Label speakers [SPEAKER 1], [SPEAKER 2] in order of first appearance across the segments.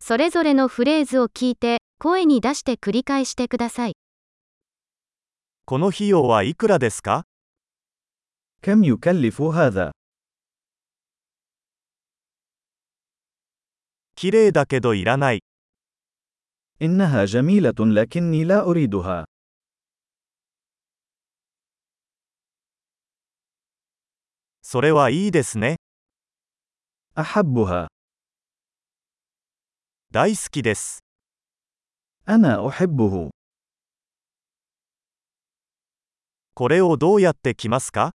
[SPEAKER 1] それぞれのフレーズを聞いて、声に出して繰り返してください。
[SPEAKER 2] この費用はいくらですか
[SPEAKER 3] كم يكلف هذا؟
[SPEAKER 2] 綺麗だけどいらない。
[SPEAKER 3] إنها جميلة لكني لا أريدها.
[SPEAKER 2] それはいいですね。
[SPEAKER 3] أحبها.
[SPEAKER 2] 大好きです。
[SPEAKER 3] أنا أحبه.
[SPEAKER 2] これをどうやって着ますか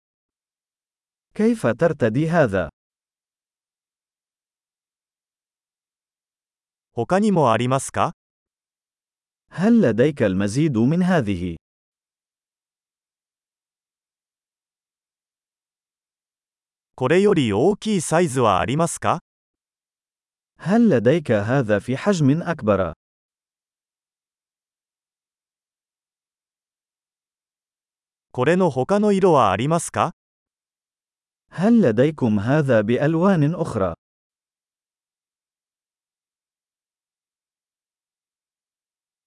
[SPEAKER 3] كيف ترتدي هذا؟
[SPEAKER 2] 他にもありますか
[SPEAKER 3] هل لديك المزيد من هذه؟
[SPEAKER 2] これより大きいサイズはありますか
[SPEAKER 3] هل لديك هذا في حجم أكبر؟
[SPEAKER 2] これの他の色はありますか
[SPEAKER 3] هل لديكم هذا بألوان أخرى؟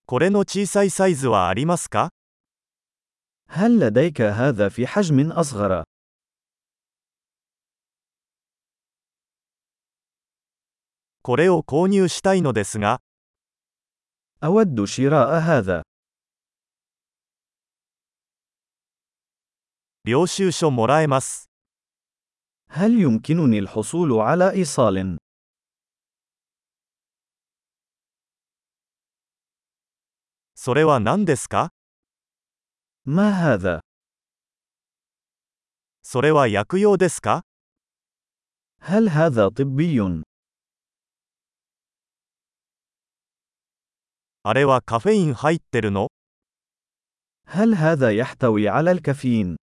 [SPEAKER 2] これの小さいサイズはありますか
[SPEAKER 3] هل لديك هذا في حجم أصغر؟
[SPEAKER 2] これを購入したいのですが、
[SPEAKER 3] أود شراء هذا.
[SPEAKER 2] 領収書もらえます。
[SPEAKER 3] هل يمكنني الحصول على إيصال؟
[SPEAKER 2] それは何ですか
[SPEAKER 3] ما هذا؟
[SPEAKER 2] それは薬用ですか
[SPEAKER 3] هل هذا طبي؟
[SPEAKER 2] あれはカフェイン入ってるの
[SPEAKER 3] هل هذا يحتوي على الكافيين؟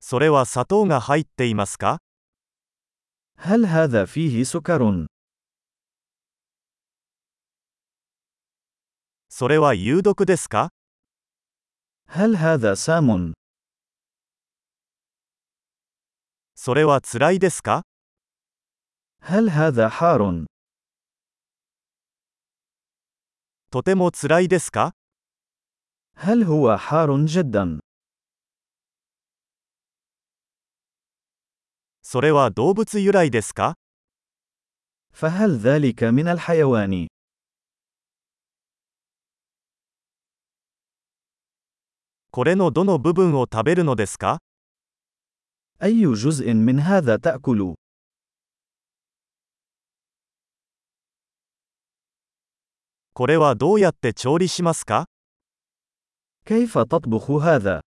[SPEAKER 2] それは砂糖が入っていますか
[SPEAKER 3] هل هذا فيه سكر؟
[SPEAKER 2] それは有毒ですか
[SPEAKER 3] هل هذا سام؟
[SPEAKER 2] それは辛いですか
[SPEAKER 3] هل هذا حار؟
[SPEAKER 2] とても辛いですか
[SPEAKER 3] هل هو حار جدا؟
[SPEAKER 2] それは動物由来ですか
[SPEAKER 3] فهل ذلك من الحيوان؟
[SPEAKER 2] これのどの部分を食べるのですか
[SPEAKER 3] أي جزء من هذا تأكل؟
[SPEAKER 2] これはどうやって調理しますか
[SPEAKER 3] كيف تطبخ هذا؟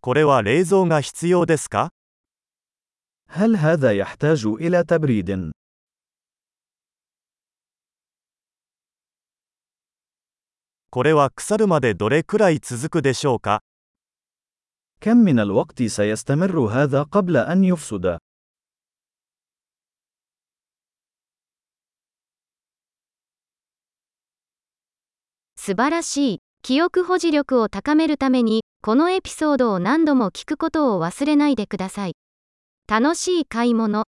[SPEAKER 2] これは冷蔵が必要ですか
[SPEAKER 3] هل هذا يحتاج إلى تبريد؟
[SPEAKER 2] これは腐るまでどれくらい続くでしょうか
[SPEAKER 3] كم من الوقت سيستمر هذا قبل أن يفسد؟
[SPEAKER 1] 素晴らしい。記憶保持力を高めるために、このエピソードを何度も聞くことを忘れないでください。楽しい買い物。